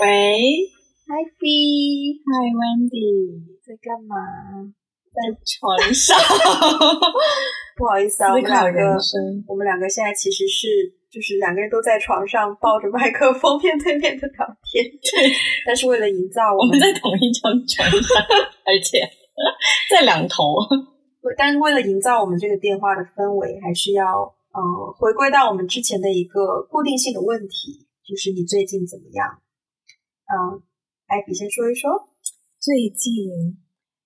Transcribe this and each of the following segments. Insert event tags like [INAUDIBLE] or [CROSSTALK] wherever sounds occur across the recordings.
喂，嗨，B，嗨，Wendy，在干嘛？在床上不好意思啊，我 [LAUGHS] 思们考两个人，生。我们两个现在其实是就是两个人都在床上 [LAUGHS] 抱着麦克风面对面的聊 [LAUGHS] 天，对，但是为了营造我我们们，在同一张床上，而且在两头。但是为了营造我们这个电话的氛围，还是要呃回归到我们之前的一个固定性的问题，就是你最近怎么样？嗯、艾比先说一说，最近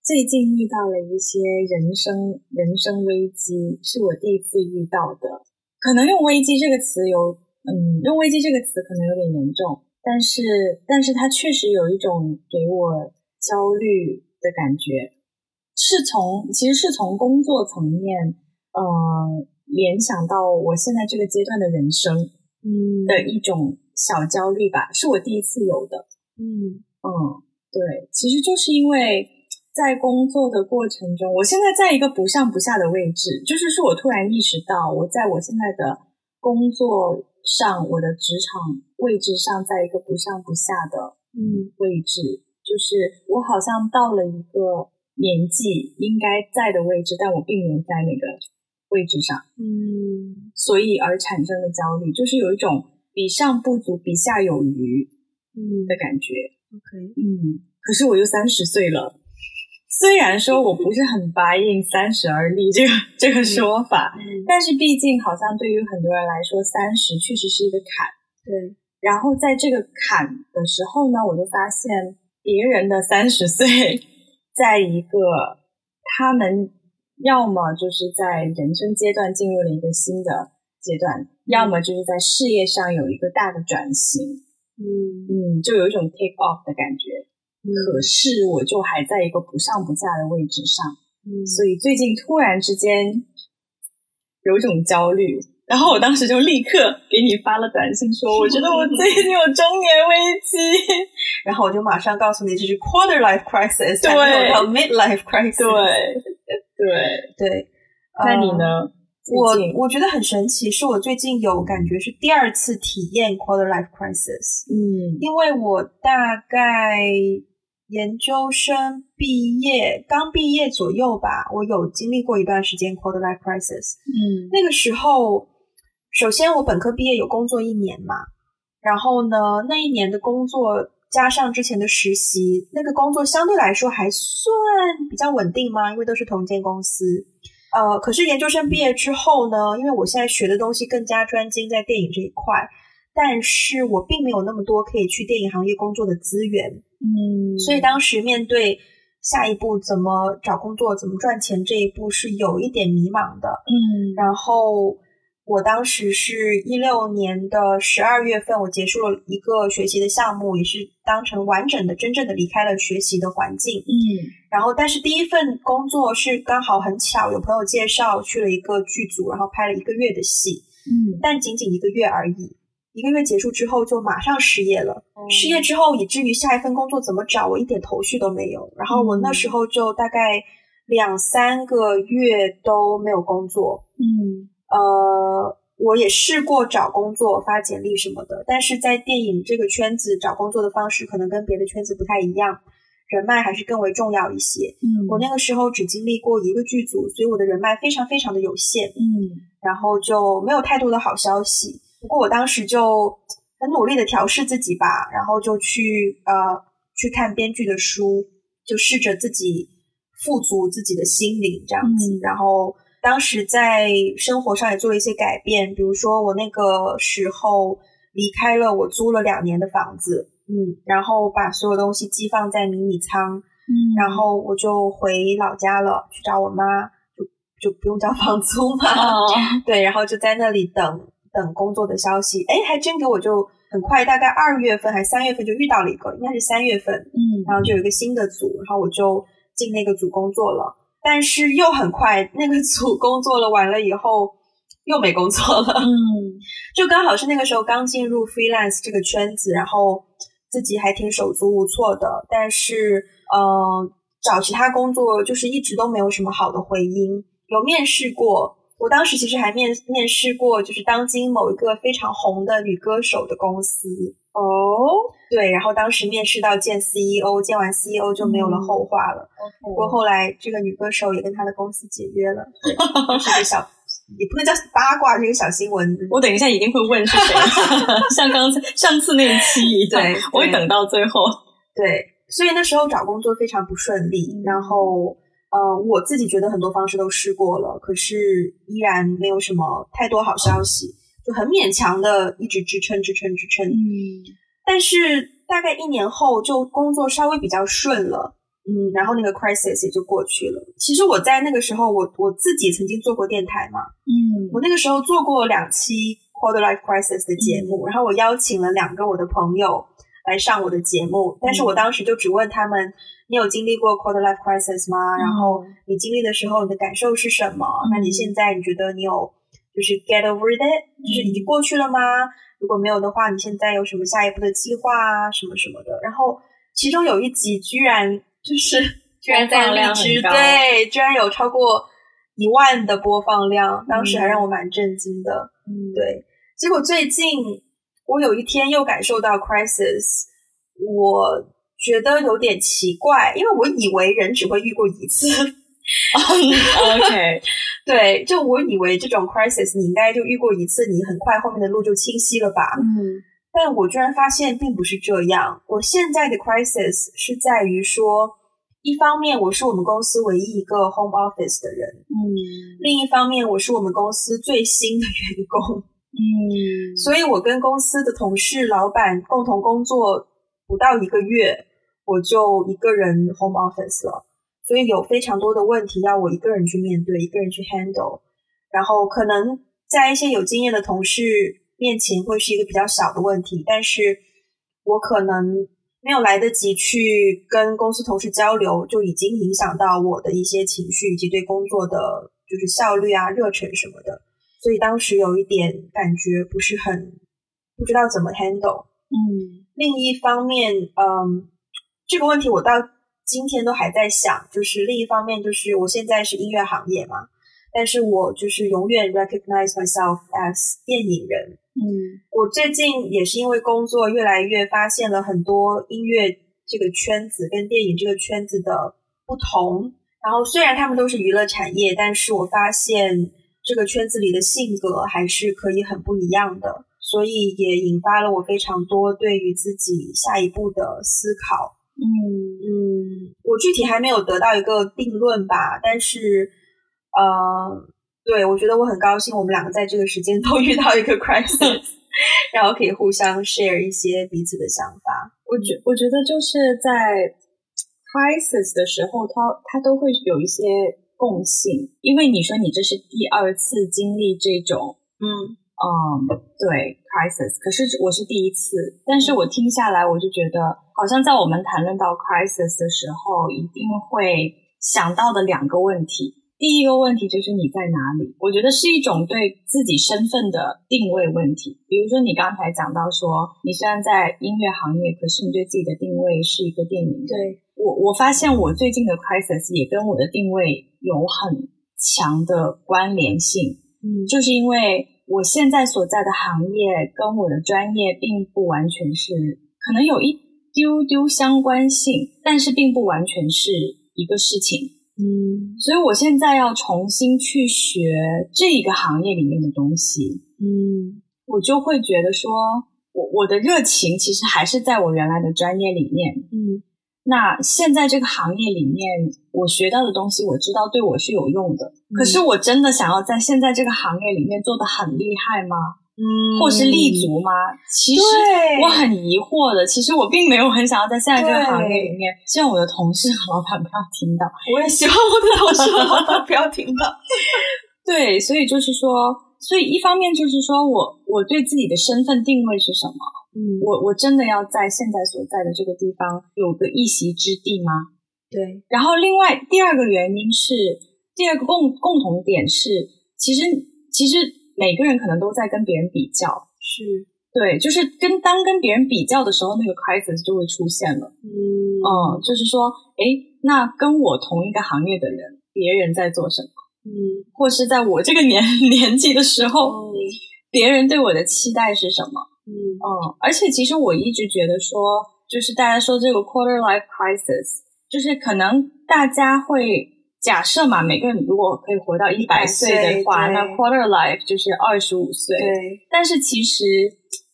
最近遇到了一些人生人生危机，是我第一次遇到的。可能用“危机”这个词有，嗯，用“危机”这个词可能有点严重，但是但是它确实有一种给我焦虑的感觉，是从其实是从工作层面，呃，联想到我现在这个阶段的人生嗯的一种小焦虑吧，是我第一次有的。嗯嗯，对，其实就是因为在工作的过程中，我现在在一个不上不下的位置，就是是我突然意识到，我在我现在的工作上，我的职场位置上，在一个不上不下的嗯位置，就是我好像到了一个年纪应该在的位置，但我并没有在那个位置上。嗯所以而产生的焦虑，就是有一种比上不足，比下有余嗯的感觉。 ，OK，嗯，可是我又三十岁了。虽然说我不是很 buy in“ 三十而立”这个这个说法，嗯，但是毕竟好像对于很多人来说，三十确实是一个坎。对，然后在这个坎的时候呢，我就发现别人的三十岁，在一个他们要么就是在人生阶段进入了一个新的阶段，要么就是在事业上有一个大的转型，嗯嗯，就有一种 take off 的感觉。嗯可是我就还在一个不上不下的位置上，嗯所以最近突然之间有一种焦虑，然后我当时就立刻给你发了短信 [LAUGHS] 说，我觉得我最近有中年危机。 [LAUGHS] 然后我就马上告诉你，这是 quarter life crisis，对还没有到 mid life crisis。对对，嗯对，那你呃？呢？最近我我觉得很神奇，是我最近有感觉是第二次体验 quarter life crisis，嗯因为我大概研究生毕业刚毕业左右吧，我有经历过一段时间 quarter life crisis。嗯那个时候，首先我本科毕业有工作一年嘛，然后呢，那一年的工作加上之前的实习，那个工作相对来说还算比较稳定嘛，因为都是同一间公司。呃，可是研究生毕业之后呢，因为我现在学的东西更加专精在电影这一块，但是我并没有那么多可以去电影行业工作的资源，嗯，所以当时面对下一步怎么找工作、怎么赚钱这一步是有一点迷茫的。嗯然后我当时是一六年的十二月份，我结束了一个学习的项目，也是当成完整的、真正的离开了学习的环境。嗯然后，但是第一份工作是刚好很巧，有朋友介绍去了一个剧组，然后拍了一个月的戏，嗯但仅仅一个月而已。一个月结束之后就马上失业了，哦失业之后，以至于下一份工作怎么找，我一点头绪都没有。然后我那时候就大概两三个月都没有工作，嗯呃，我也试过找工作、发简历什么的，但是在电影这个圈子找工作的方式可能跟别的圈子不太一样，人脉还是更为重要一些。嗯我那个时候只经历过一个剧组，所以我的人脉非常非常的有限，嗯然后就没有太多的好消息。不过我当时就很努力的调试自己吧，然后就去呃去看编剧的书，就试着自己富足自己的心灵这样子。嗯然后当时在生活上也做了一些改变，比如说我那个时候离开了我租了两年的房子，嗯，然后把所有东西寄放在迷你仓，嗯，然后我就回老家了，去找我妈，就就不用交房租嘛。哦对，然后就在那里等等工作的消息。哎，还真给我就很快，大概二月份还三月份就遇到了一个，应该是三月份，嗯然后就有一个新的组，然后我就进那个组工作了。但是又很快，那个组工作了完了以后又没工作了，嗯就刚好是那个时候刚进入 freelance 这个圈子，然后自己还挺手足无措的，但是呃，找其他工作就是一直都没有什么好的回音，有面试过，我当时其实还面面试过，就是当今某一个非常红的女歌手的公司。哦，对，然后当时面试到见 CEO，见完 CEO 就没有了后话了。哦不过后来这个女歌手也跟她的公司解约了，对就是个小，也不能叫八卦，这个小新闻。我等一下一定会问 [LAUGHS] 是谁，像刚才上次那一期一样，对我会等到最后。对，所以那时候找工作非常不顺利，嗯然后呃，我自己觉得很多方式都试过了，可是依然没有什么太多好消息，就很勉强的一直支撑支撑支撑。嗯但是大概一年后，就工作稍微比较顺了，嗯，然后那个 crisis 也就过去了。其实我在那个时候，我我自己曾经做过电台嘛，嗯我那个时候做过两期 Quarter Life Crisis 的节目，嗯然后我邀请了两个我的朋友来上我的节嗯目，但是我当时就只问他们：你有经历过 Quarter Life 嗯 Crisis 吗？然后你经历的时候，你的感受是什么？那你现在你觉得你有就是 get over it，就是已经过去了吗？嗯如果没有的话，你现在有什么下一步的计划啊，什么什么的？然后其中有一集居然 [LAUGHS] 就是居然在播放荔量枝很高对，居然有超过一万的播放量，当时还让我蛮震惊的。嗯，对，结果最近我有一天又感受到 crisis，我觉得有点奇怪，因为我以为人只会遇过一次， [LAUGHS] 哦，OK，对，就我以为这种 crisis 你应该就遇过一次，你很快后面的路就清晰了吧？嗯但我居然发现并不是这样。我现在的 crisis 是在于说，一方面我是我们公司唯一一个 home office 的人，嗯另一方面我是我们公司最新的员工，嗯，所以我跟公司的同事、老板共同工作不到一个月，我就一个人 home office 了，所以有非常多的问题要我一个人去面对，一个人去 handle，然后可能在一些有经验的同事面前会是一个比较小的问题，但是我可能没有来得及去跟公司同事交流，就已经影响到我的一些情绪以及对工作的就是效率啊、热忱什么的，所以当时有一点感觉不是很不知道怎么 handle。嗯另一方面，嗯，这个问题我到今天都还在想，就是另一方面就是我现在是音乐行业嘛，但是我就是永远 recognize myself as 电影人。嗯我最近也是因为工作越来越发现了很多音乐这个圈子跟电影这个圈子的不同，然后虽然他们都是娱乐产业，但是我发现这个圈子里的性格还是可以很不一样的，所以也引发了我非常多对于自己下一步的思考。嗯嗯，我具体还没有得到一个定论吧，但是，呃，对我觉得我很高兴，我们两个在这个时间都遇到一个 [LAUGHS] crisis，然后可以互相 share 一些彼此的想法。我觉我觉得就是在 crisis 的时候，它它都会有一些共性，因为你说你这是第二次经历这种，嗯嗯，对 crisis，可是我是第一次，但是我听下来，我就觉得好像在我们谈论到 crisis 的时候，一定会想到的两个问题。第一个问题就是你在哪里？我觉得是一种对自己身份的定位问题。比如说你刚才讲到说，你虽然在音乐行业，可是你对自己的定位是一个电影人。对，我我发现我最近的 crisis 也跟我的定位有很强的关联性，嗯就是因为我现在所在的行业跟我的专业并不完全是，可能有一丢丢相关性，但是并不完全是一个事情。嗯所以我现在要重新去学这一个行业里面的东西，嗯我就会觉得说，我我的热情其实还是在我原来的专业里面，嗯那现在这个行业里面，我学到的东西，我知道对我是有用的。嗯可是我真的想要在现在这个行业里面做的很厉害吗？嗯或是立，足吗？其实对我很疑惑的。其实我并没有很想要在现在这个对行业里面。希望我的同事和老板不要听到。我也希望我的同事和老板 [LAUGHS] 不要听到。对，所以就是说，所以一方面就是说我我对自己的身份定位是什么？嗯我我真的要在现在所在的这个地方有个一席之地吗？对，然后另外第二个原因是，第二个共共同点是，其实其实每个人可能都在跟别人比较，是，对，就是跟当跟别人比较的时候，那个 crisis 就会出现了。嗯嗯，就是说，诶，那跟我同一个行业的人，别人在做什么？嗯或是在我这个年 [LAUGHS] 年纪的时哦候，别人对我的期待是什么？嗯嗯，而且其实我一直觉得说，就是大家说这个 quarter life crisis，就是可能大家会假设嘛，每个人如果可以活到一百岁的话，对那 quarter life 就是二十五岁。对但是其实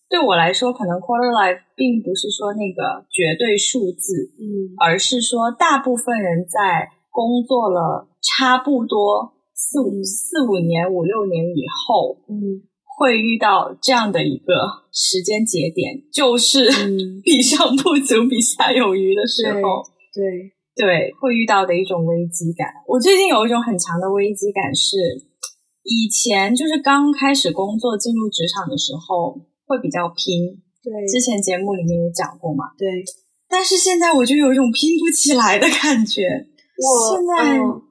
对我来说，可能 quarter life 并不是说那个绝对数字，嗯而是说大部分人在工作了差不多四五四五年、五六年以后，嗯会遇到这样的一个时间节点，就是嗯 [LAUGHS] 比上不足，比下有余的时候，对对，会遇到的一种危机感。我最近有一种很强的危机感是，以前就是刚开始工作进入职场的时候会比较拼，对之前节目里面也讲过嘛。对但是现在我就有一种拼不起来的感觉。我现在、嗯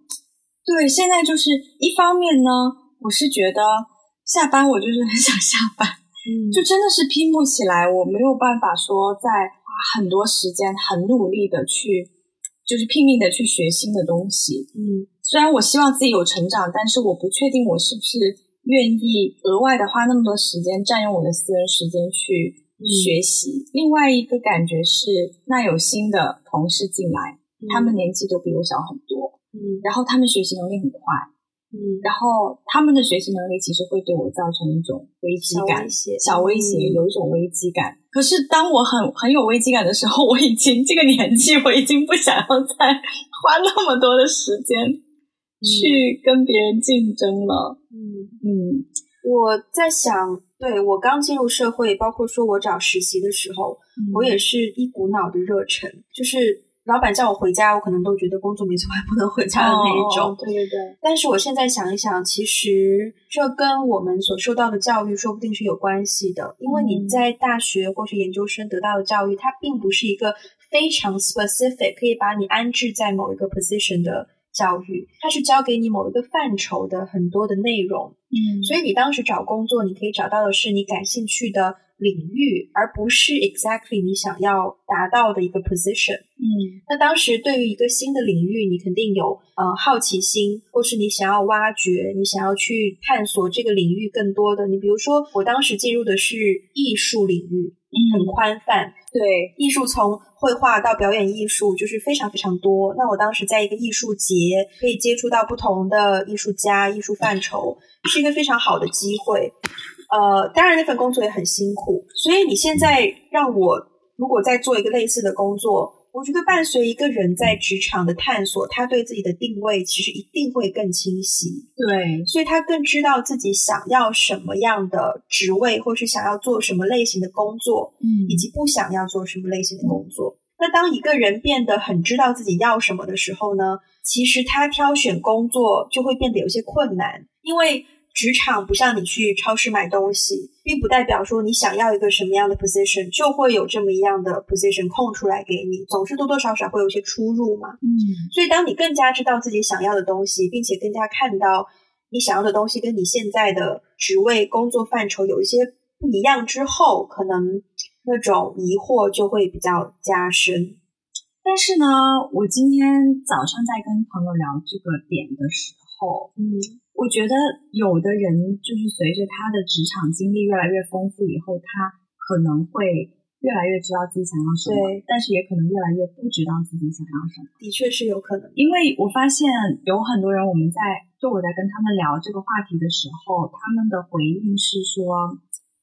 对现在就是一方面呢，我是觉得下班我就是很想下班，嗯就真的是拼不起来，我没有办法说在花很多时间很努力的去，就是拼命的去学新的东西。嗯虽然我希望自己有成长，但是我不确定我是不是愿意额外的花那么多时间占用我的私人时间去嗯学习。另外一个感觉是，那有新的同事进来，他们年纪都比我小很多，嗯然后他们学习能力很快，嗯然后他们的学习能力其实会对我造成一种危机小感威。胁小威胁，嗯有一种危机感。可是当我很很有危机感的时候，我已经这个年纪，我已经不想要再花那么多的时间去跟别人竞争了。嗯。嗯我在想，对我刚进入社会，包括说我找实习的时候，嗯我也是一股脑的热忱，就是老板叫我回家，我可能都觉得工作没做完不能回家的那一种。哦对对对，但是我现在想一想，其实这跟我们所受到的教育说不定是有关系的，因为你嗯在大学或是研究生得到的教育，它并不是一个非常 specific 可以把你安置在某一个 position 的教育，它是教给你某一个范畴的很多的内容。嗯所以你当时找工作，你可以找到的是你感兴趣的领域，而不是 exactly 你想要达到的一个 position。嗯那当时对于一个新的领域，你肯定有呃好奇心，或是你想要挖掘，你想要去探索这个领域更多的。你比如说，我当时进入的是艺术领域，嗯很宽泛，对，艺术从绘画到表演艺术就是非常非常多。那我当时在一个艺术节，可以接触到不同的艺术家、艺术范畴，是一个非常好的机会。呃，当然那份工作也很辛苦，所以你现在让我如果再做一个类似的工作，我觉得伴随一个人在职场的探索，他对自己的定位其实一定会更清晰。对所以他更知道自己想要什么样的职位，或是想要做什么类型的工作，嗯以及不想要做什么类型的工作。那当一个人变得很知道自己要什么的时候呢，其实他挑选工作就会变得有些困难，因为职场不像你去超市买东西，并不代表说你想要一个什么样的 position 就会有这么一样的 position 空出来给你，总是多多少少会有一些出入嘛。嗯所以，当你更加知道自己想要的东西，并且更加看到你想要的东西跟你现在的职位、工作范畴有一些不一样之后，可能那种疑惑就会比较加深。但是呢，我今天早上在跟朋友聊这个点的时候，嗯我觉得有的人就是随着他的职场经历越来越丰富以后，他可能会越来越知道自己想要什么对，但是也可能越来越不知道自己想要什么。的确是有可能的。因为我发现有很多人，我们在就我在跟他们聊这个话题的时候，他们的回应是说：“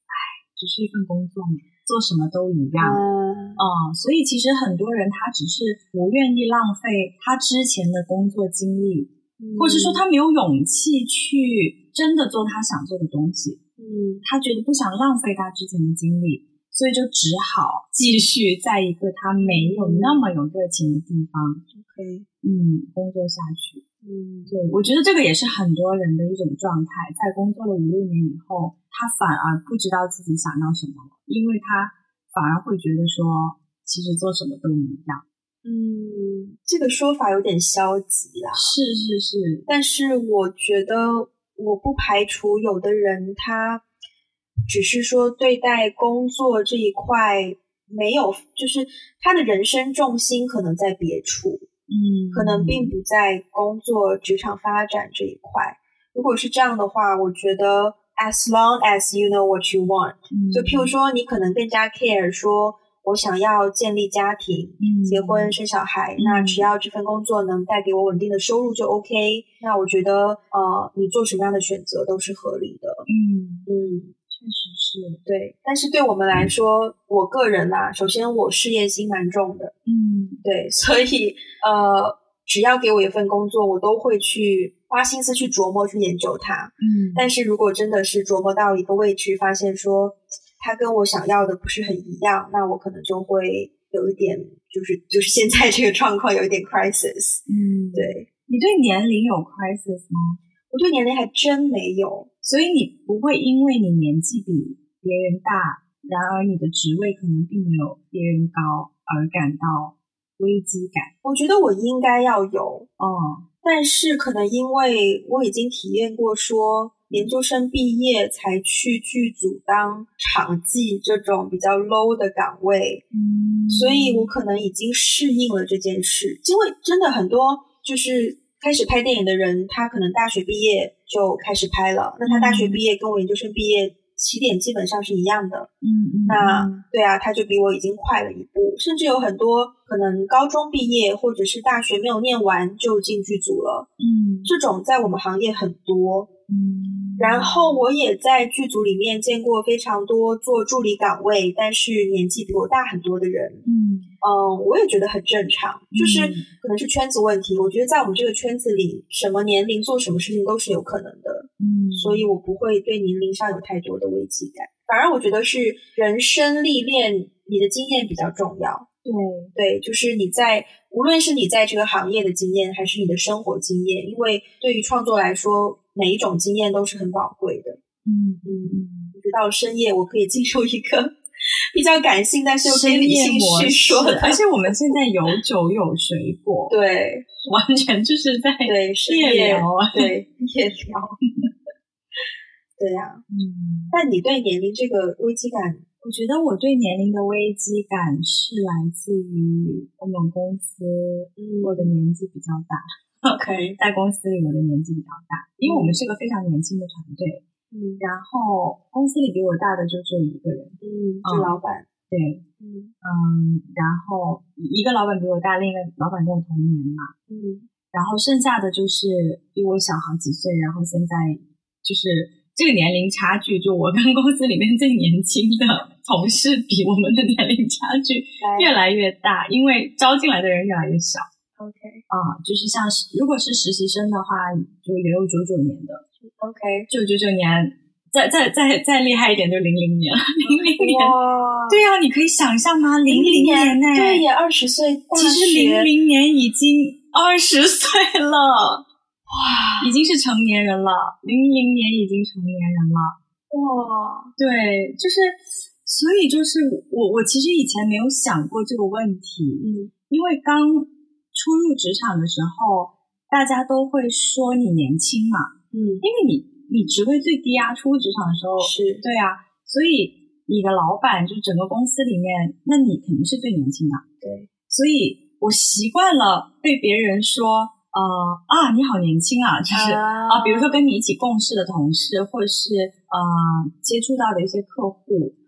哎，只是一份工作嘛，做什么都一样。嗯嗯，所以其实很多人他只是不愿意浪费他之前的工作经历，或是嗯说他没有勇气去真的做他想做的东西，嗯他觉得不想浪费他之前的精力，所以就只好继续在一个他没有嗯那么有热情的地方， ，OK，嗯，工作下去。嗯对，我觉得这个也是很多人的一种状态，在工作了五六年以后，他反而不知道自己想要什么了，因为他反而会觉得说，其实做什么都一样。嗯，这个说法有点消极啦。是是是，但是我觉得我不排除有的人他只是说对待工作这一块没有，就是他的人生重心可能在别处，嗯，可能并不在工作职场发展这一块。如果是这样的话，我觉得 as long as you know what you want，、嗯就譬如说你可能更加 care 说我想要建立家庭，嗯结婚生小孩，嗯那只要这份工作能带给我稳定的收入就 OK。那我觉得，呃，你做什么样的选择都是合理的。嗯，嗯，确实是，对。但是对我们来说，我个人啦、首先我事业心蛮重的，嗯对， [LAUGHS] 所以呃，只要给我一份工作，我都会去花心思去琢磨、去研究它。嗯但是如果真的是琢磨到一个位置，发现说它跟我想要的不是很一样，那我可能就会有一点，就是就是现在这个状况有一点 crisis。嗯，对你对年龄有 crisis 吗？我对年龄还真没有，所以你不会因为你年纪比别人大，然而你的职位可能并没有别人高而感到危机感。我觉得我应该要有，哦，但是可能因为我已经体验过说。研究生毕业才去剧组当场记这种比较 low 的岗位，嗯所以我可能已经适应了这件事。因为真的很多就是开始拍电影的人，他可能大学毕业就开始拍了，那他大嗯学毕业跟我研究生毕业起点基本上是一样的。嗯嗯，那嗯对啊，他就比我已经快了一步，甚至有很多可能高中毕业或者是大学没有念完就进剧组了，嗯这种在我们行业很多。嗯，然后我也在剧组里面见过非常多做助理岗位，但是年纪比我大很多的人，嗯，嗯，我也觉得很正常，就是嗯可能是圈子问题。我觉得在我们这个圈子里，什么年龄做什么事情都是有可能的，嗯，所以我不会对年龄上有太多的危机感。反而我觉得是人生历练，你的经验比较重要。对，对，就是你在无论是你在这个行业的经验，还是你的生活经验，因为对于创作来说，每一种经验都是很宝贵的。嗯嗯，嗯，我觉得到了深夜，我可以进入一个 [LAUGHS] 比较感性，但是又可以深理夜性模叙式说 [LAUGHS] 的。而且我们现在有酒有水果，对，完全就是在 [LAUGHS] 对，是夜聊啊对夜聊， [LAUGHS] 对呀、嗯。但你对年龄这个危机感，我觉得我对年龄的危机感是来自于我们公司，嗯我的年纪比较大， OK，在公司里我的年纪比较大，因为我们是个非常年轻的团队，嗯然后公司里比我大的就只有一个人，嗯，是老板，对，嗯嗯，然后一个老板比我大，另一个老板跟我同年嘛，嗯然后剩下的就是比我小好几岁，然后现在就是这个年龄差距，就我跟公司里面最年轻的同事比，我们的年龄差距越来越大，因为招进来的人越来越少，OK 啊、就是像是如果是实习生的话，就也有九九年的， OK，就九九年，再再再再厉害一点就零零年，零零年，哇，对呀、你可以想象吗？零零年呢、对呀，二十岁大其实学零零年已经二十岁了，哇，已经是成年人了。零零年已经成年人了，哇，对，就是，所以就是我我其实以前没有想过这个问题，嗯因为刚初入职场的时候，大家都会说你年轻嘛，嗯因为你你职位最低啊，初入职场的时候，是，对啊，所以你的老板就是整个公司里面，那你肯定是最年轻的。对，所以我习惯了被别人说，呃啊，你好年轻啊，就是啊、啊比如说跟你一起共事的同事，或者是呃接触到的一些客户，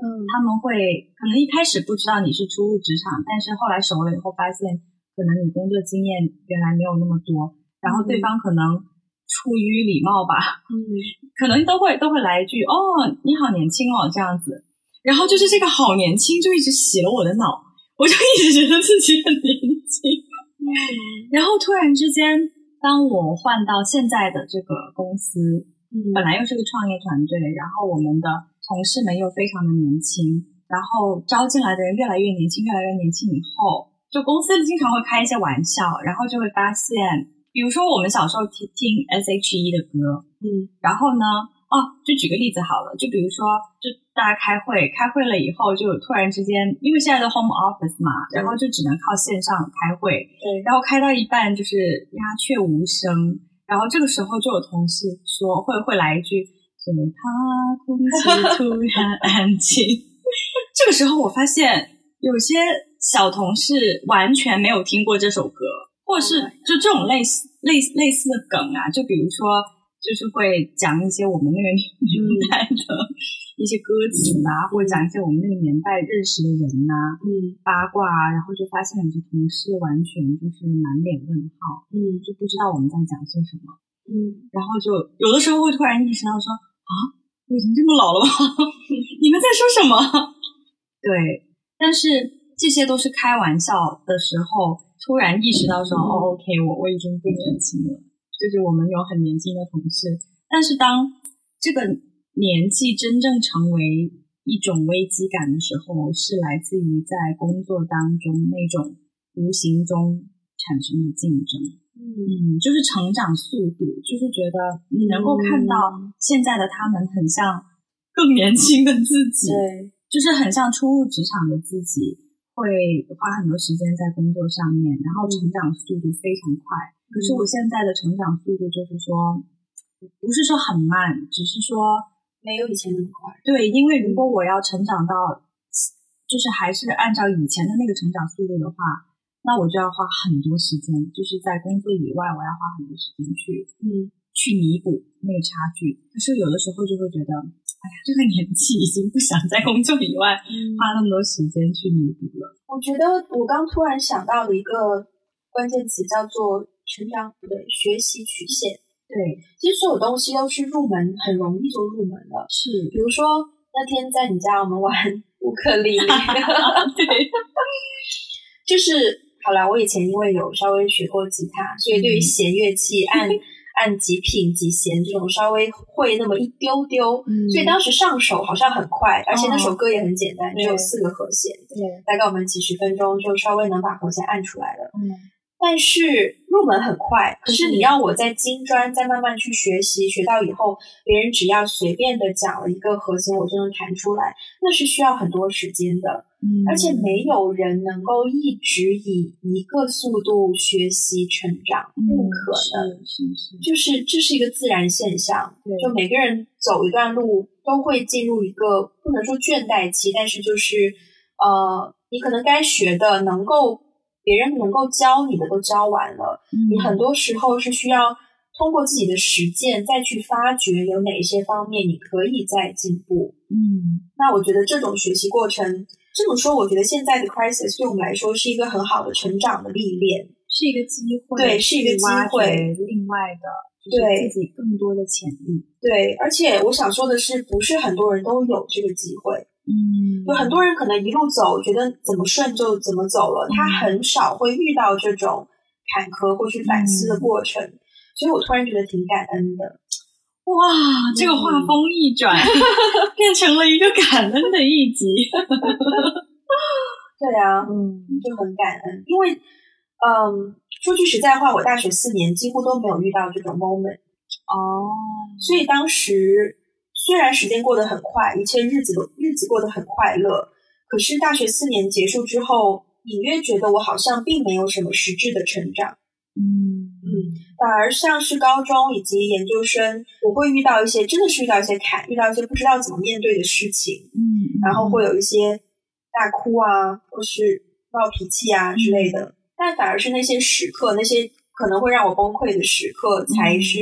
嗯他们会可能一开始不知道你是初入职场，但是后来熟了以后发现，可能你工作经验原来没有那么多，然后对嗯方可能出于礼貌吧，嗯，可能都会都会来一句哦，你好年轻哦这样子，然后就是这个好年轻就一直洗了我的脑，我就一直觉得自己很年轻， [LAUGHS] 然后突然之间，当我换到现在的这个公司，嗯本来又是个创业团队，然后我们的同事们又非常的年轻，然后招进来的人越来越年轻，越来越年轻以后，就公司经常会开一些玩笑，然后就会发现，比如说我们小时候听听 S.H.E 的歌，嗯然后呢，哦，就举个例子好了，就比如说，就大家开会，开会了以后，就突然之间，因为现在都 home office 嘛，对然后就只能靠线上开会，对，然后开到一半就是鸦雀无声，然后这个时候就有同事说会会来一句，只怕空气突然安静。这个时候我发现有些小同事完全没有听过这首歌，或者哦是就这种类似类类似的梗啊，就比如说就是会讲一些我们那个年代的一些歌词啊，或者讲一些我们那个年代认识的人呐、嗯八卦啊，然后就发现有些同事完全就是满脸问号，嗯就不知道我们在讲些什么，嗯，然后就有的时候会突然意识到说啊，我已经这么老了吗？ [LAUGHS] 你们在说什么？对，但是这些都是开玩笑的时候，突然意识到说，哦，OK，我我已经不年轻了。就是我们有很年轻的同事，但是当这个年纪真正成为一种危机感的时候，是来自于在工作当中那种无形中产生的竞争。嗯，就是成长速度，就是觉得你能够看到现在的他们很像更年轻的自己，对，就是很像初入职场的自己，会花很多时间在工作上面，然后成长速度非常快。可是我现在的成长速度就是说，不是说很慢，只是说没有以前那么快。对，因为如果我要成长到，就是还是按照以前的那个成长速度的话，那我就要花很多时间，就是在工作以外，我要花很多时间去嗯去弥补那个差距。可是有的时候就会觉得，哎呀，这个年纪已经不想在工作以外嗯花那么多时间去弥补了。我觉得我刚突然想到了一个关键词，叫做成长，不对，学习曲线。对，其实所有东西都是入门，很容易就入门了。是比如说那天在你家，我们玩乌克丽 [LAUGHS] 丽， [LAUGHS] 对，就是好啦，我以前因为有稍微学过吉他，所以对于嗯弦乐器按按几品几弦这种稍微会那么一丢丢，嗯所以当时上手好像很快，而且那哦首歌也很简单，只有对四个和弦，对，大概我们几十分钟就稍微能把和弦按出来了。嗯，但是入门很快，可嗯是你让我在金砖再慢慢去学习，学到以后，别人只要随便的讲了一个和弦，我就能弹出来，那是需要很多时间的，嗯而且没有人能够一直以一个速度学习成长，不可能。能，嗯是是是，就是这是一个自然现象，对就每个人走一段路都会进入一个不能说倦怠期，但是就是呃，你可能该学的能够别人能够教你的都教完了，你嗯很多时候是需要通过自己的实践再去发掘有哪一些方面你可以再进步。嗯那我觉得这种学习过程，这么说，我觉得现在的 crisis 对我们来说是一个很好的成长的历练。是一个机会，对是一个机会，另外的就是对自己更多的潜力，对，而且我想说的是，不是很多人都有这个机会。嗯有很多人可能一路走，觉得怎么顺就怎么走了，他很少会遇到这种坎坷或去反思的过程，所以我突然觉得挺感恩的。哇，这个画风一转， [LAUGHS] 变成了一个感恩的一集，对啊， [LAUGHS] 嗯就很感恩，因为嗯，说句实在话，我大学四年几乎都没有遇到这种 moment，哦，所以当时虽然时间过得很快，一切日子都日子过得很快乐，可是大学四年结束之后，隐约觉得我好像并没有什么实质的成长。嗯嗯反而像是高中以及研究生，我会遇到一些真的是遇到一些坎，遇到一些不知道怎么面对的事情，嗯，然后会有一些大哭啊，或是闹脾气啊之类的。但反而是那些时刻，那些可能会让我崩溃的时刻，才是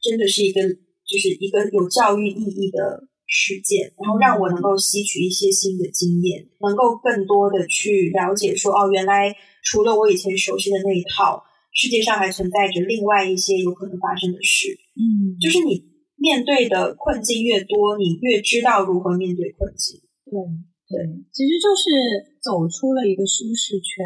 真的是一个就是一个有教育意义的事件，然后让我能够吸取一些新的经验，能够更多的去了解说，哦，原来除了我以前熟悉的那一套。世界上还存在着另外一些有可能发生的事，嗯，就是你面对的困境越多，你越知道如何面对困境。对对，其实就是走出了一个舒适圈，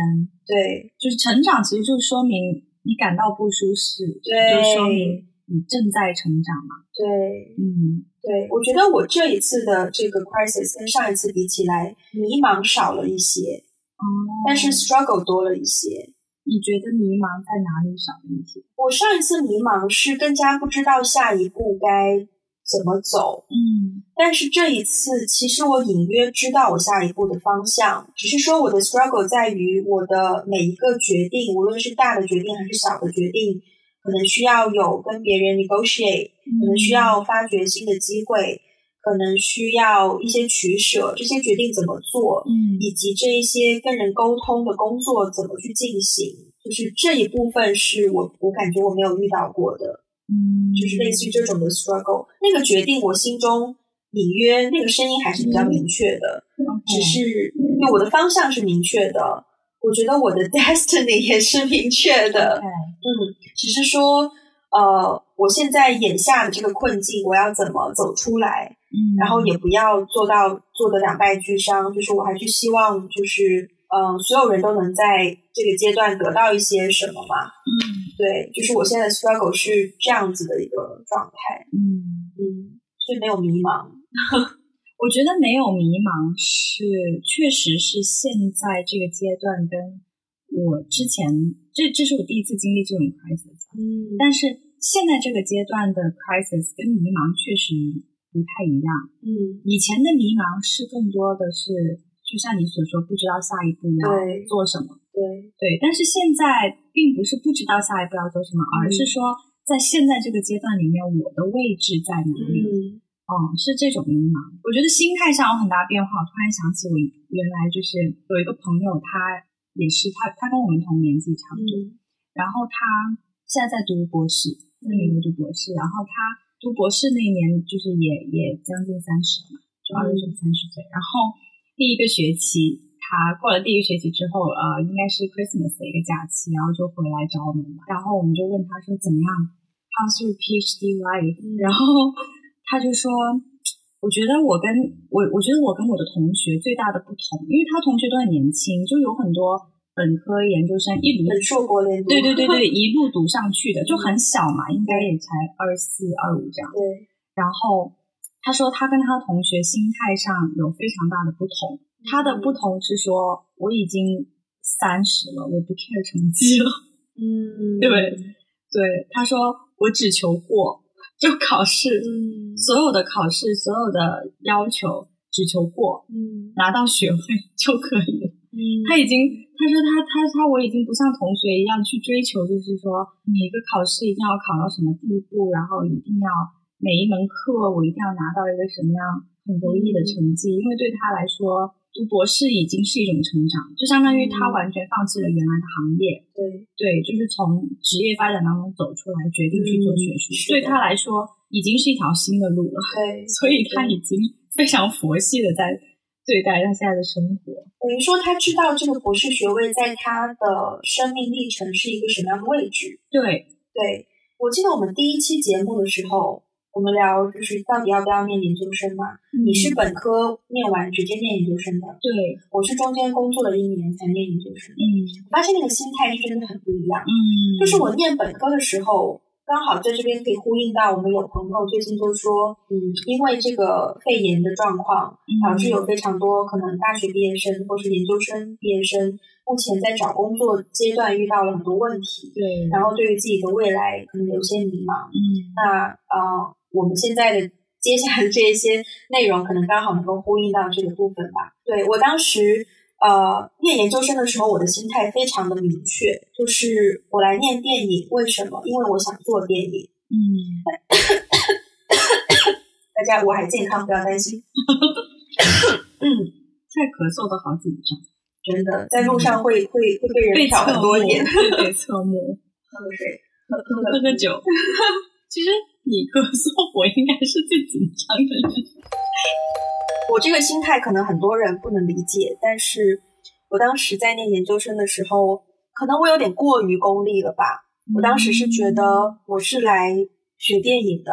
对就是成长，其实就说明你感到不舒适，对就说明你正在成长嘛，对嗯对，我觉得我这一次的这个 crisis 跟上一次比起来，迷茫少了一些，哦，但是 struggle 多了一些。你觉得迷茫在哪里少了一些？我上一次迷茫是更加不知道下一步该怎么走，嗯但是这一次，其实我隐约知道我下一步的方向，只是说我的 struggle 在于我的每一个决定，无论是大的决定还是小的决定，可能需要有跟别人 negotiate，可能需要发掘新的机会，可能需要一些取舍，这些决定怎么做，嗯以及这一些跟人沟通的工作怎么去进行。就是这一部分是我我感觉我没有遇到过的，嗯就是类似于这种的 struggle。那个决定，我心中隐约那个声音还是比较明确的，嗯只是对我的方向是明确的。我觉得我的 [LAUGHS] destiny 也是明确的，哎嗯，只是说，呃，我现在眼下的这个困境，我要怎么走出来？嗯然后也不要做到做的两败俱伤，就是我还是希望就是嗯、呃所有人都能在这个阶段得到一些什么嘛。嗯对，就是我现在的 struggle 是这样子的一个状态，嗯，嗯，所以没有迷茫，我觉得没有迷茫是，确实是现在这个阶段跟我之前，这这是我第一次经历这种 crisis，嗯但是现在这个阶段的 crisis 跟迷茫确实不太一样。嗯以前的迷茫是更多的是，就像你所说，不知道下一步要对做什么。对，对，但是现在并不是不知道下一步要做什么，而是说在现在这个阶段里面，我的位置在哪里？嗯哦、是这种迷茫。我觉得心态上有很大变化。我突然想起我原来就是有一个朋友，他也是他，他跟我们同年纪差不多，嗯然后他现在在读博士，在美国读博士。然后他读博士那年，就是也也将近三十了嘛，就二十九、三十岁。然后第一个学期，他过了第一个学期之后，呃，应该是 Christmas 的一个假期，然后就回来找我们嘛。然后我们就问他说怎么样，How's your PhD life？、嗯然后他就说。我觉得我跟我，我觉得我跟我的同学最大的不同，因为他同学都很年轻，就有很多本科研究生一本轮硕博连读，对对对对，一路读上去的，就很小嘛，应该也才二四二五这样。对，然后他说他跟他同学心态上有非常大的不同，他的不同是说我已经三十了，我不 care 成绩了。 [LAUGHS] 嗯对对，他说我只求过，就考试，嗯所有的考试，所有的要求只求过，嗯拿到学位就可以了。嗯他已经，他说他他他我已经不像同学一样去追求，就是说每个考试一定要考到什么地步，然后一定要每一门课我一定要拿到一个什么样很优异嗯的成绩，因为对他来说，读博士已经是一种成长，就相当于他嗯完全放弃了原来的行业，对对，就是从职业发展当中走出来，决定去做学术嗯，是的对他来说已经是一条新的路了， [LAUGHS] 对，所以他已经非常佛系的在对待他现在的生活。等于说他知道这个博士学位在他的生命历程是一个什么样的位置，对，对，我记得我们第一期节目的时候，我们聊就是到底要不要念研究生嘛？你是嗯本科念完直接念研究生的，对，我是中间工作了一年才念研究生的。嗯我发现那个心态是真的很不一样。嗯，就是我念本科的时候，刚好在这边可以呼应到我们有朋友最近就说，嗯，因为这个肺炎的状况，嗯导致有非常多可能大学毕业生或是研究生毕业生，目前在找工作阶段遇到了很多问题。对，然后对于自己的未来可能有些迷茫。嗯那呃，我们现在的接下来的这一些内容，可能刚好能够呼应到这个部分吧。对我当时呃念研究生的时候，我的心态非常的明确，就是我来念电影，为什么？因为我想做电影。嗯大家我还健康，不要担心。嗯现在咳嗽都好紧张，真的，在路上会会会被人被挑很多眼，对，被侧 [LAUGHS] 目，喝水，喝个酒。 [LAUGHS] 其实你咳嗽，我应该是最紧张的人。 [LAUGHS] 我这个心态可能很多人不能理解，但是我当时在念研究生的时候，可能我有点过于功利了吧。我当时是觉得我是来学电影的，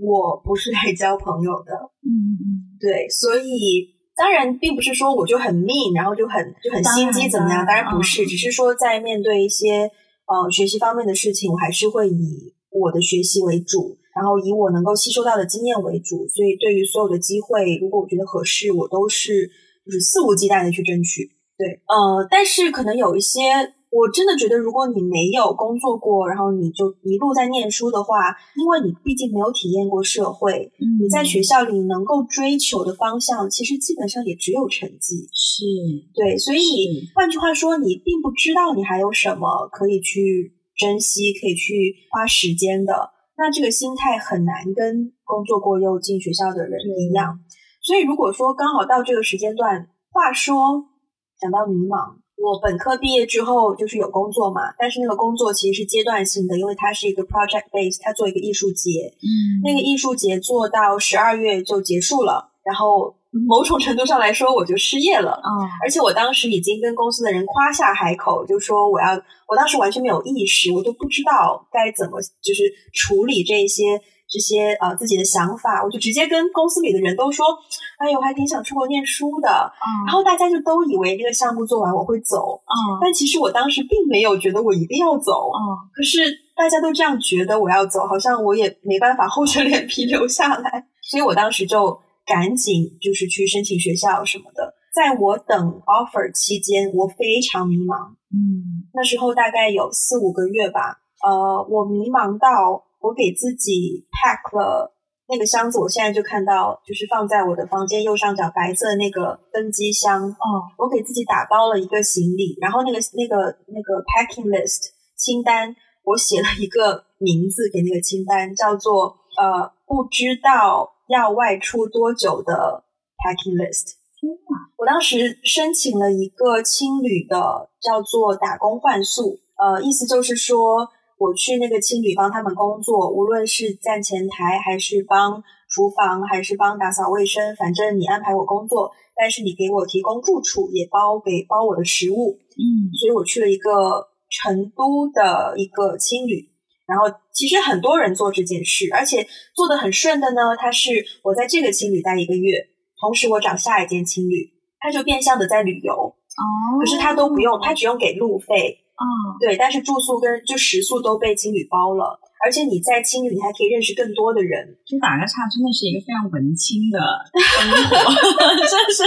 我不是来交朋友的。嗯，嗯对，所以当然并不是说我就很 mean，然后就很就很心机怎么样，当当然然不是，嗯只是说在面对一些呃学习方面的事情，我还是会以我的学习为主。然后以我能够吸收到的经验为主，所以对于所有的机会，如果我觉得合适，我都是就是肆无忌惮的去争取。对，呃，但是可能有一些，我真的觉得，如果你没有工作过，然后你就一路在念书的话，因为你毕竟没有体验过社会，嗯你在学校里能够追求的方向，其实基本上也只有成绩。是，对，所以你是换句话说，你并不知道你还有什么可以去珍惜、可以去花时间的。那这个心态很难跟工作过又进学校的人一样。所以如果说刚好到这个时间段，话说讲到迷茫，我本科毕业之后就是有工作嘛，但是那个工作其实是阶段性的，因为它是一个 project base，它做一个艺术节，嗯那个艺术节做到十二月就结束了，然后某种程度上来说我就失业了。啊，而且我当时已经跟公司的人夸下海口，就说我要，我当时完全没有意识，我都不知道该怎么就是处理这一些这些呃自己的想法，我就直接跟公司里的人都说，哎呦，我还挺想出国念书的。啊然后大家就都以为这个项目做完我会走，哦但其实我当时并没有觉得我一定要走，啊啊！可是大家都这样觉得我要走，好像我也没办法厚着脸皮留下来，所以我当时就赶紧就是去申请学校什么的。在我等 offer 期间，我非常迷茫，嗯那时候大概有四五个月吧。呃，我迷茫到我给自己 pack 了那个箱子，我现在就看到，就是放在我的房间右上角白色的那个登机箱，哦我给自己打包了一个行李，然后那个那个那个 packing list 清单，我写了一个名字给那个清单，叫做呃不知道要外出多久的 packing list。天哪！我当时申请了一个青旅的，叫做打工换宿，呃，意思就是说我去那个青旅帮他们工作，无论是站前台还是帮厨房，还是帮打扫卫生，反正你安排我工作，但是你给我提供住处，也包给包我的食物，嗯所以我去了一个成都的一个青旅。然后其实很多人做这件事，而且做的很顺的呢，他是我在这个青旅待一个月，同时我找下一间青旅，他就变相的在旅游，哦，可是他都不用，他只用给路费，啊对，但是住宿跟就食宿都被青旅包了，而且你在青旅你还可以认识更多的人，就打个岔，真的是一个非常文青的生活， [LAUGHS] 真是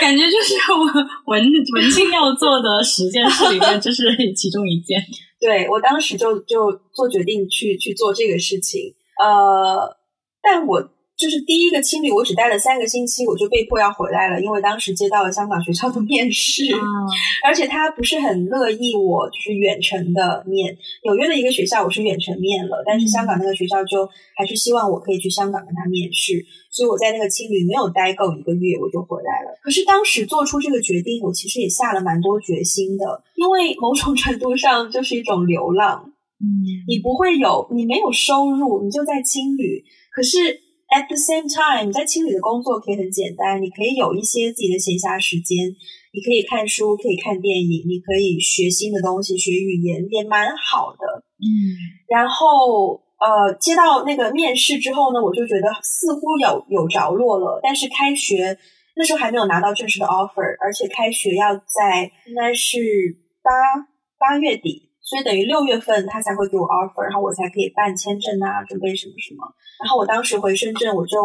感觉就是我文文青要做的十件事里面，这是其中一件。对我当时就就做决定去去做这个事情，呃，但我就是第一个青旅，我只待了三个星期，我就被迫要回来了，因为当时接到了香港学校的面试，啊而且他不是很乐意我就是远程的面。纽约的一个学校我是远程面了，但是香港那个学校就还是希望我可以去香港跟他面试，所以我在那个青旅没有待够一个月我就回来了。可是当时做出这个决定，我其实也下了蛮多决心的，因为某种程度上就是一种流浪，嗯，你不会有你没有收入，你就在青旅，可是。At the same time，你在青旅的工作可以很简单，你可以有一些自己的闲暇时间，你可以看书，可以看电影，你可以学新的东西，学语言也蛮好的。嗯然后呃，接到那个面试之后呢，我就觉得似乎有有着落了，但是开学那时候还没有拿到正式的 offer，而且开学要在应该是八八月底。所以等于六月份他才会给我 offer，然后我才可以办签证啊，准备什么什么。然后我当时回深圳，我就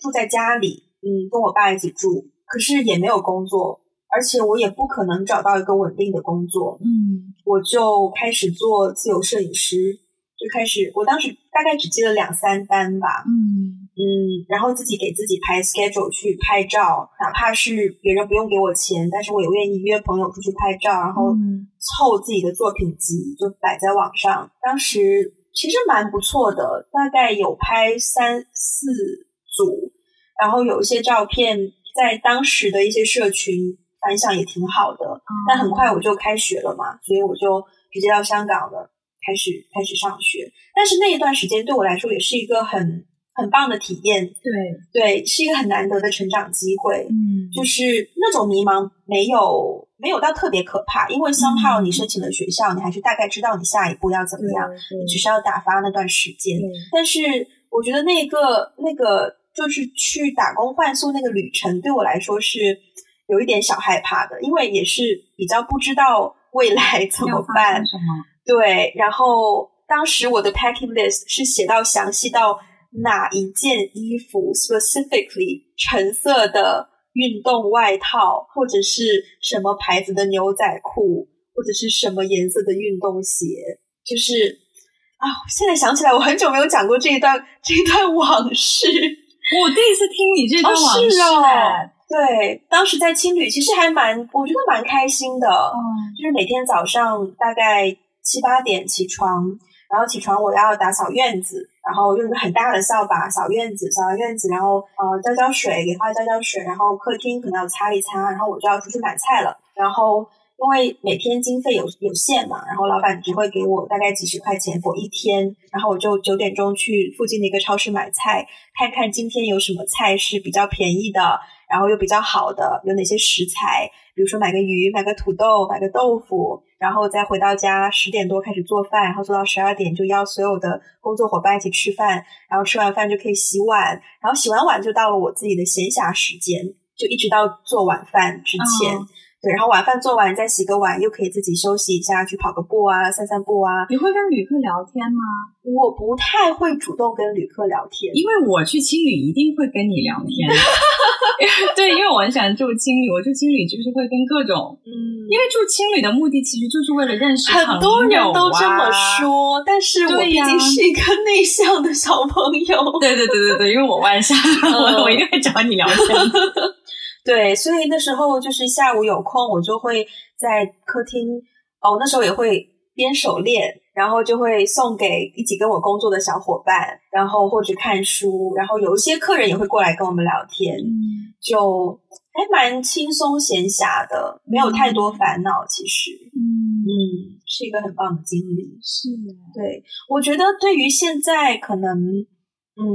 住在家里，嗯，跟我爸一起住，可是也没有工作，而且我也不可能找到一个稳定的工作，嗯我就开始做自由摄影师，就开始，我当时大概只接了两三单吧，嗯嗯，然后自己给自己排 schedule 去拍照，哪怕是别人不用给我钱，但是我也愿意约朋友出去拍照，然后嗯凑自己的作品集，就摆在网上。当时其实蛮不错的，大概有拍三四组，然后有一些照片在当时的一些社群反响也挺好的，但很快我就开学了嘛，所以我就直接到香港了，开始开始上学。但是那一段时间对我来说也是一个很很棒的体验，对，对，是一个很难得的成长机会。嗯就是那种迷茫没有没有到特别可怕，因为 somehow 嗯你申请了学校，你还是大概知道你下一步要怎么样，对你只是要打发那段时间。对但是我觉得那个那个就是去打工换宿那个旅程，对我来说是有一点小害怕的，因为也是比较不知道未来怎么要发办生。什么？对，然后当时我的 packing list 是写到详细到哪一件衣服，specifically 橙色的运动外套，或者是什么牌子的牛仔裤，或者是什么颜色的运动鞋，就是啊，现在想起来，我很久没有讲过这一段这一段往事。 [LAUGHS] 我第一次听你这段哦往是事哦哎，对，当时在青旅其实还蛮，我觉得蛮开心的。哦就是每天早上大概七八点起床，然后起床我要打扫院子，然后用一个很大的扫把扫院子，扫完院子，然后呃浇浇水，给花浇浇水，然后客厅可能要擦一擦，然后我就要出去买菜了，然后。因为每天经费有有限嘛，然后老板只会给我大概几十块钱我一天，然后我就九点钟去附近的一个超市买菜，看看今天有什么菜是比较便宜的，然后又比较好的，有哪些食材，比如说买个鱼、买个土豆、买个豆腐，然后再回到家十点多开始做饭，然后做到十二点就邀所有的工作伙伴一起吃饭，然后吃完饭就可以洗碗，然后洗完碗就到了我自己的闲暇时间，就一直到做晚饭之前。哦对，然后晚饭做完再洗个碗，又可以自己休息一下，去跑个步啊，散散步啊。你会跟旅客聊天吗？我不太会主动跟旅客聊天，因为我去青旅一定会跟你聊天。 [LAUGHS] 对，因为我很喜欢住青旅，我住青旅就是会跟各种嗯，因为住青旅的目的其实就是为了认识朋友啊、啊很多人都这么说，但是我对毕呀竟是一个内向的小朋友，对对对对对，因为我外 [LAUGHS] 向，我我一定会找你聊 [LAUGHS] 天。 [LAUGHS] 对，所以那时候就是下午有空，我就会在客厅哦，那时候也会编手链，然后就会送给一起跟我工作的小伙伴，然后或者看书，然后有一些客人也会过来跟我们聊天，嗯就还蛮轻松闲暇的，没有太多烦恼。其实，嗯，嗯，是一个很棒的经历。是对，我觉得对于现在可能，嗯，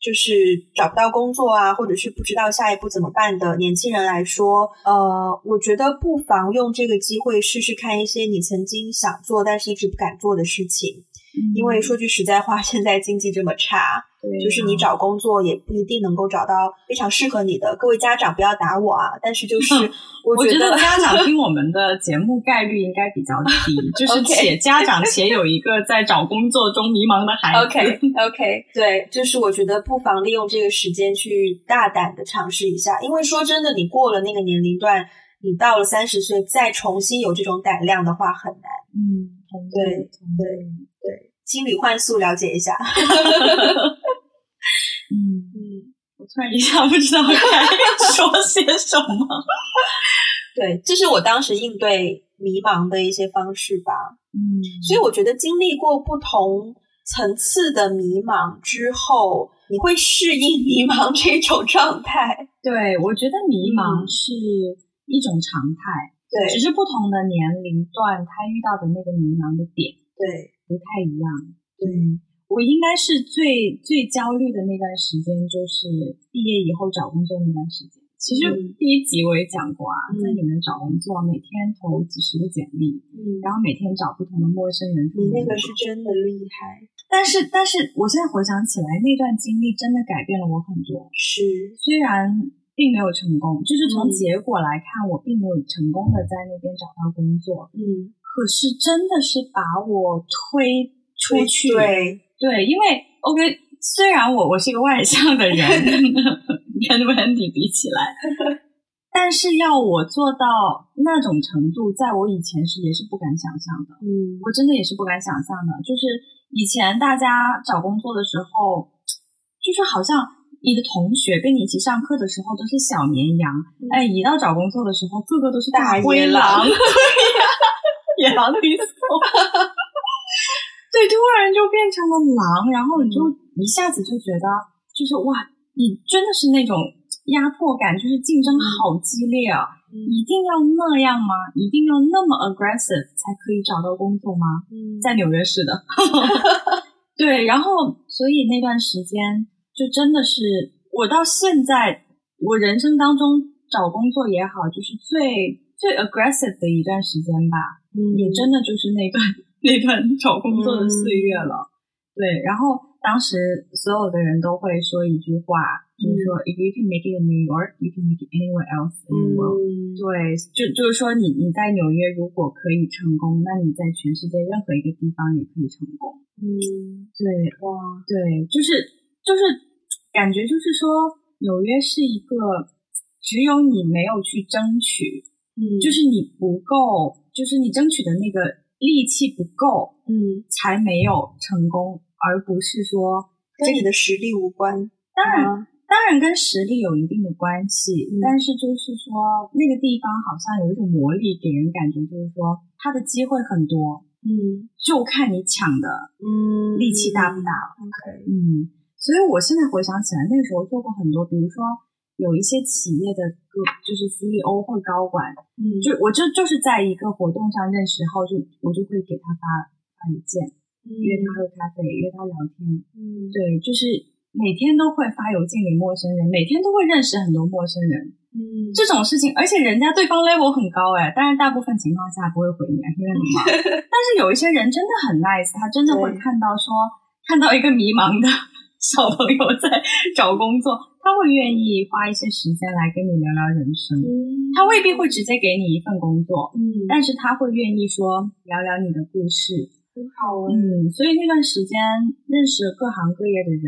就是找不到工作啊，或者是不知道下一步怎么办的年轻人来说，呃，我觉得不妨用这个机会试试看一些你曾经想做但是一直不敢做的事情。嗯因为说句实在话，现在经济这么差，就是你找工作也不一定能够找到非常适合你的。各位家长不要打我啊！但是就是 [LAUGHS] 我我觉觉得得家 [LAUGHS] 长听我们的节目概率应该比较低， [LAUGHS] 就是 OK 且家长且有一个在找工作中迷茫的孩子。 OK OK，对， [LAUGHS] 就是我觉得不妨利用这个时间去大胆的尝试一下，因为说真的，你过了那个年龄段，你到了三十岁再重新有这种胆量的话很难。嗯，同意对同意，心理幻速了解一下，嗯，嗯，我突然一下不知道该 [LAUGHS] 说些什么。对，这是我当时应对迷茫的一些方式吧。嗯，所以我觉得经历过不同层次的迷茫之后，你会适应迷茫这种状态。对，我觉得迷茫嗯是一种常态，对只是不同的年龄段他遇到的那个迷茫的点对不太一样。对，我应该是最最焦虑的那段时间，就是毕业以后找工作那段时间。其实嗯第一集我也讲过啊，嗯在纽约找工作，每天投几十个简历，嗯，然后每天找不同的陌生人你入那门个是真的厉害，但是，但是我现在回想起来，那段经历真的改变了我很多。是。虽然并没有成功，就是从嗯结果来看，我并没有成功的在那边找到工作，嗯，可是真的是把我推出去，对，对，因为 OK，虽然我我是一个外向的人， [LAUGHS] 跟 Wendy 比起来，但是要我做到那种程度，在我以前是也是不敢想象的。嗯我真的也是不敢想象的，就是以前大家找工作的时候，就是好像你的同学跟你一起上课的时候都是小绵羊，嗯哎，一到找工作的时候，个个都是大灰野 [LAUGHS] 狼对呀，野狼低俗。对，突然就变成了狼，然后你就一嗯下子就觉得，就是哇，你真的是那种压迫感，就是竞嗯争好激烈啊！一定要那样吗？一定要那么 aggressive 才可以找到工作吗？嗯在纽约市的， [LAUGHS] 对，然后所以那段时间就真的是我到现在，我人生当中找工作也好，就是最最 aggressive 的一段时间吧，嗯也真的就是那段 [LAUGHS] 那段找工作的岁月了。对，然后当时所有的人都会说一句话，就是说、If you can make it in New York, you can make it anywhere else in the world。嗯，对，就就是说你，你在纽约如果可以成功，那你在全世界任何一个地方也可以成功。嗯，对哇，对，就是就是感觉就是说，纽约是一个只有你没有去争取，嗯就是你不够，就是你争取的那个力气不够，嗯，才没有成功，而不是说跟你的实力无关，当然啊，当然跟实力有一定的关系，嗯但是就是说那个地方好像有一种魔力，给人感觉就是说它的机会很多，嗯就看你抢的嗯，力气大不大了。嗯 OK，嗯，所以我现在回想起来，那个时候做过很多，比如说有一些企业的个就是 CEO 或高管，嗯就我就就是在一个活动上认识后，就我就会给他发发邮件，约他喝咖啡，约他聊天。嗯对，就是每天都会发邮件给陌生人，每天都会认识很多陌生人。嗯这种事情，而且人家对方 level 很高哎，但是大部分情况下不会回你，啊，因为很忙。 [LAUGHS] 但是有一些人真的很 nice，他真的会对看到说看到一个迷茫的小朋友在找工作，他会愿意花一些时间来跟你聊聊人生。嗯他未必会直接给你一份工作，嗯，但是他会愿意说聊聊你的故事。很好哎，嗯，所以那段时间认识了各行各业的人，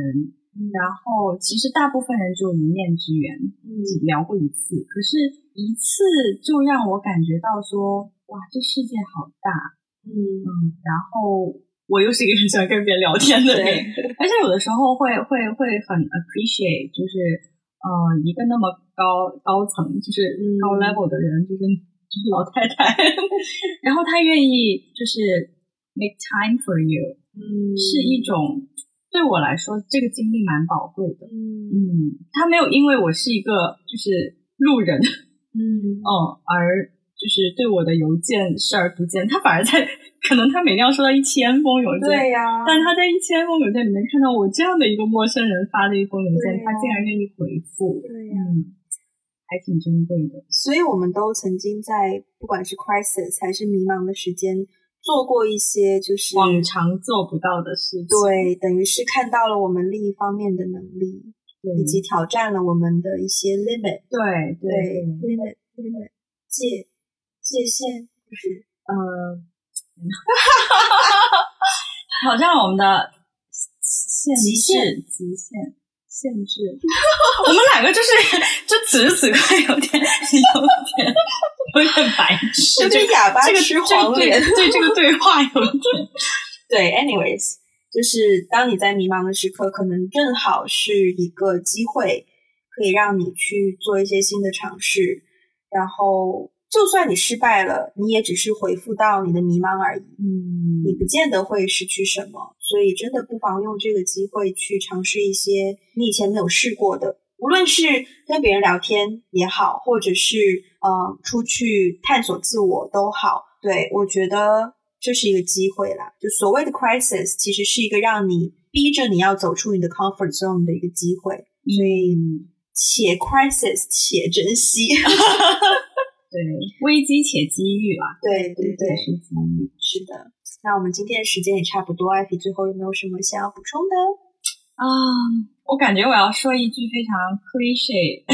然后其实大部分人只有一面之缘。嗯只聊过一次，可是一次就让我感觉到说，哇，这世界好大，啊嗯嗯，然后我又是一个很喜欢跟别人聊天的人，对，而且有的时候会会会很 appreciate，就是呃，一个那么高高层，就是嗯高 level 的人，就是就是老太太， [LAUGHS] 然后她愿意就是 make time for you，、嗯是一种对我来说这个经历蛮宝贵的。嗯嗯，他没有因为我是一个就是路人，嗯嗯，而就是对我的邮件视而不见，他反而在可能他每天要收到一千封邮件，对啊呀，但他在一千封邮件里面看到我这样的一个陌生人发的一封邮件，对啊他竟然愿意回复，对啊呀。嗯，还挺珍贵的，所以我们都曾经在不管是 crisis 还是迷茫的时间，做过一些就是往常做不到的事情，对，等于是看到了我们另一方面的能力，对以及挑战了我们的一些 limit，对对对， limit limit 界界限，就是呃，挑战我们的限极限制极限。限制，我们两个就是，就此时此刻有点，有点，有点白痴，有就点哑巴这个吃黄连。这个对对这个对话有点，对，anyways，就是当你在迷茫的时刻，可能正好是一个机会，可以让你去做一些新的尝试。然后，就算你失败了，你也只是回复到你的迷茫而已，嗯你不见得会失去什么。所以，真的不妨用这个机会去尝试一些你以前没有试过的，无论是跟别人聊天也好，或者是呃出去探索自我都好。对我觉得这是一个机会啦。就所谓的 crisis，其实是一个让你逼着你要走出你的 comfort zone 的一个机会。所以，且 crisis 且珍惜。 [LAUGHS] 对危机且机遇啦，对对对也，是机遇。是的。那我们今天的时间也差不多，艾菲最后有没有什么想要补充的？啊、我感觉我要说一句非常 cliche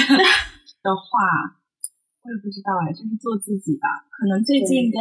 的话，我也不知道哎，就是做自己吧。可能最近对跟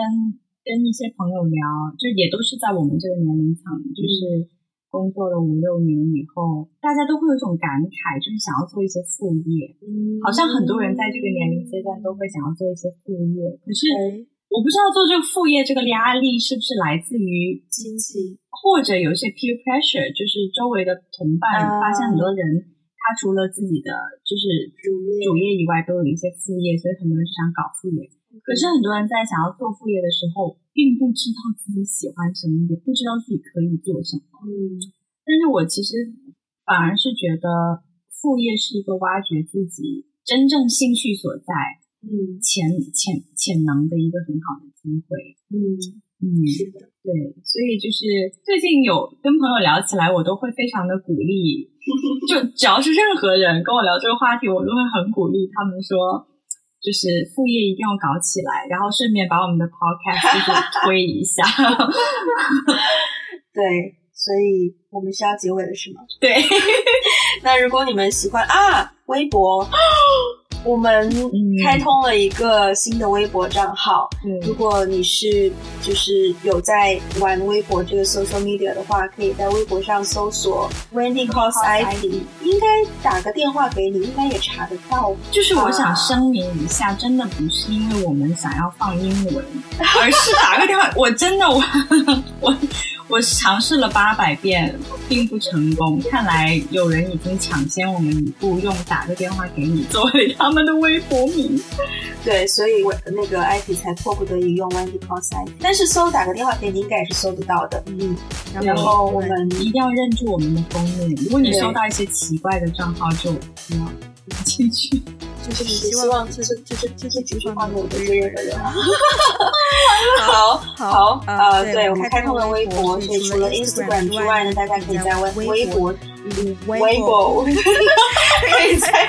跟一些朋友聊，就也都是在我们这个年龄层，就是工作了五六年以后，大家都会有一种感慨，就是想要做一些副业。嗯好像很多人在这个年龄阶段都会想要做一些副业，可是对我不知道做这个副业这个压力是不是来自于经济，或者有一些 peer pressure，就是周围的同伴啊发现很多人他除了自己的就是主业主业以外，都有一些副业，所以很多人就想搞副业。可是很多人在想要做副业的时候，并不知道自己喜欢什么，也不知道自己可以做什么。嗯但是我其实反而是觉得副业是一个挖掘自己真正兴趣所在、嗯潜潜潜能的一个很好的机会。嗯，嗯，是的，对，所以就是最近有跟朋友聊起来，我都会非常的鼓励，就只要是任何人跟我聊这个话题，我都会很鼓励他们说，就是副业一定要搞起来，然后顺便把我们的 podcast 就是推一下。 [LAUGHS] 对。所以我们是要结尾了，是吗？ [LAUGHS] 对， [LAUGHS] 那如果你们喜欢啊，微 [GASPS] 博，我们嗯开通了一个新的微博账号。对，如果你是就是有在玩微博这个 social media 的话，可以在微博上搜索 Wendy Cos Ivy，应该打个电话给你，应该也查得到。就是我想声明一下，真的不是因为我们想要放英 [LAUGHS] 文，而是打个电话，我真的我 [LAUGHS] 我我尝试了八百遍，并不成功。看来有人已经抢先我们一步，用打个电话给你作为他们的微博名。对，所以我那个 Ivy 才迫不得已用 Wendy Cos Ivy，但是搜打个电话给你应该也是搜得到的。嗯，然后我们一定要认住我们的封面。如果你对收到一些奇怪的账号，就不要进去。就是你希希望望就就是是就是就是只希去望换你我的不这是个人 [LAUGHS] 人。好 [LAUGHS] 好啊呃，对，我们开开通了了微博，博，所所以以除了 Instagram Instagram 之外呢，大家可以在微微博、微微 [LAUGHS] 博，可以在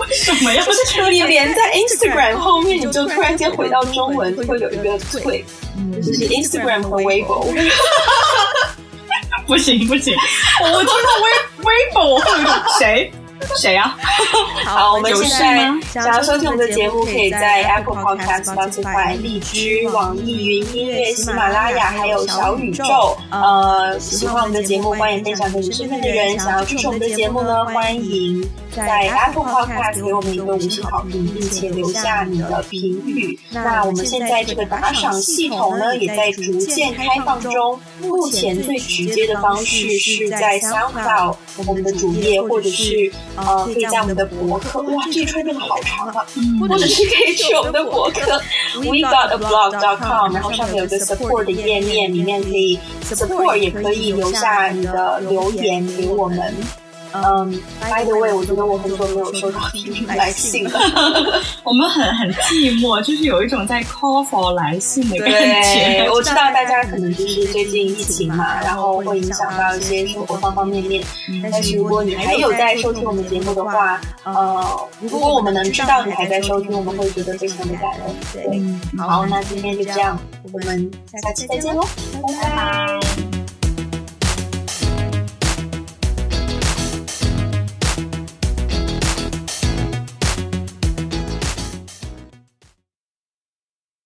为什么要就是你连在 Instagram 后面，你就突然间回到中文，会有一个退，嗯就是 Instagram Instagram 和和微微博博。 [LAUGHS] 不行不行，我听到微微博我会有种谁谁啊？好，好，我我们们现在想现在想要要收收听我们听我们的的节节目，目，可可以以在在 Apple Apple Podcast、 Podcast、 Spotify、 Spotify、荔荔枝枝、、网网易云易云音音乐、乐、喜喜马马拉拉雅雅还还有有小小宇宇宙宙。呃，呃，喜喜欢欢我们我们的的节目，节目，欢欢迎迎分分享给享给你你身边身边的的人。人。想想要要支持支持我我们们的节目的节目呢，呢，欢欢迎迎在在 Apple Apple Podcast 给 Podcast 给我我们们一一个个五星好评，并五星好评，并且且留留下下你你的的评评语语。那那我我们们现现在在这这个个打打赏赏系系统统呢，呢也也在在逐逐渐渐开开放放中中。目目前前最最直直接接的的方方式式是是在在 SoundCloud SoundCloud 我我们们的的主主页，页或或者者是是呃，呃可可以以在在我我们们的的博博客，客哇哇，这这一一串真串真的的好长好长啊啊！嗯或者是可以去去我我们们的的博博客客 we we got got a a blog blog dot dot com， com，然然后后上上面面有一个有一个 support support 的的页页面，面里里面面可可以以 support support 也也可可以以留留下下你你的的留留言言给给我我们们。嗯嗯，by ，by the the way， way，我我觉觉得得我我很很久久没有没有收收到到听听众众来来信信了了。我们很很寂寞，就是有一种在 call for 来信的感对，觉。我知道大家可能就是最近疫情嘛，然后会影响到一些生活方方面面。但但是是如果你还有在收听我们节目的话，呃，如果我们能知道你还在收听，我们会觉得非常的感恩。对对，嗯，好，那今天就这样，我们下期再见喽，拜拜。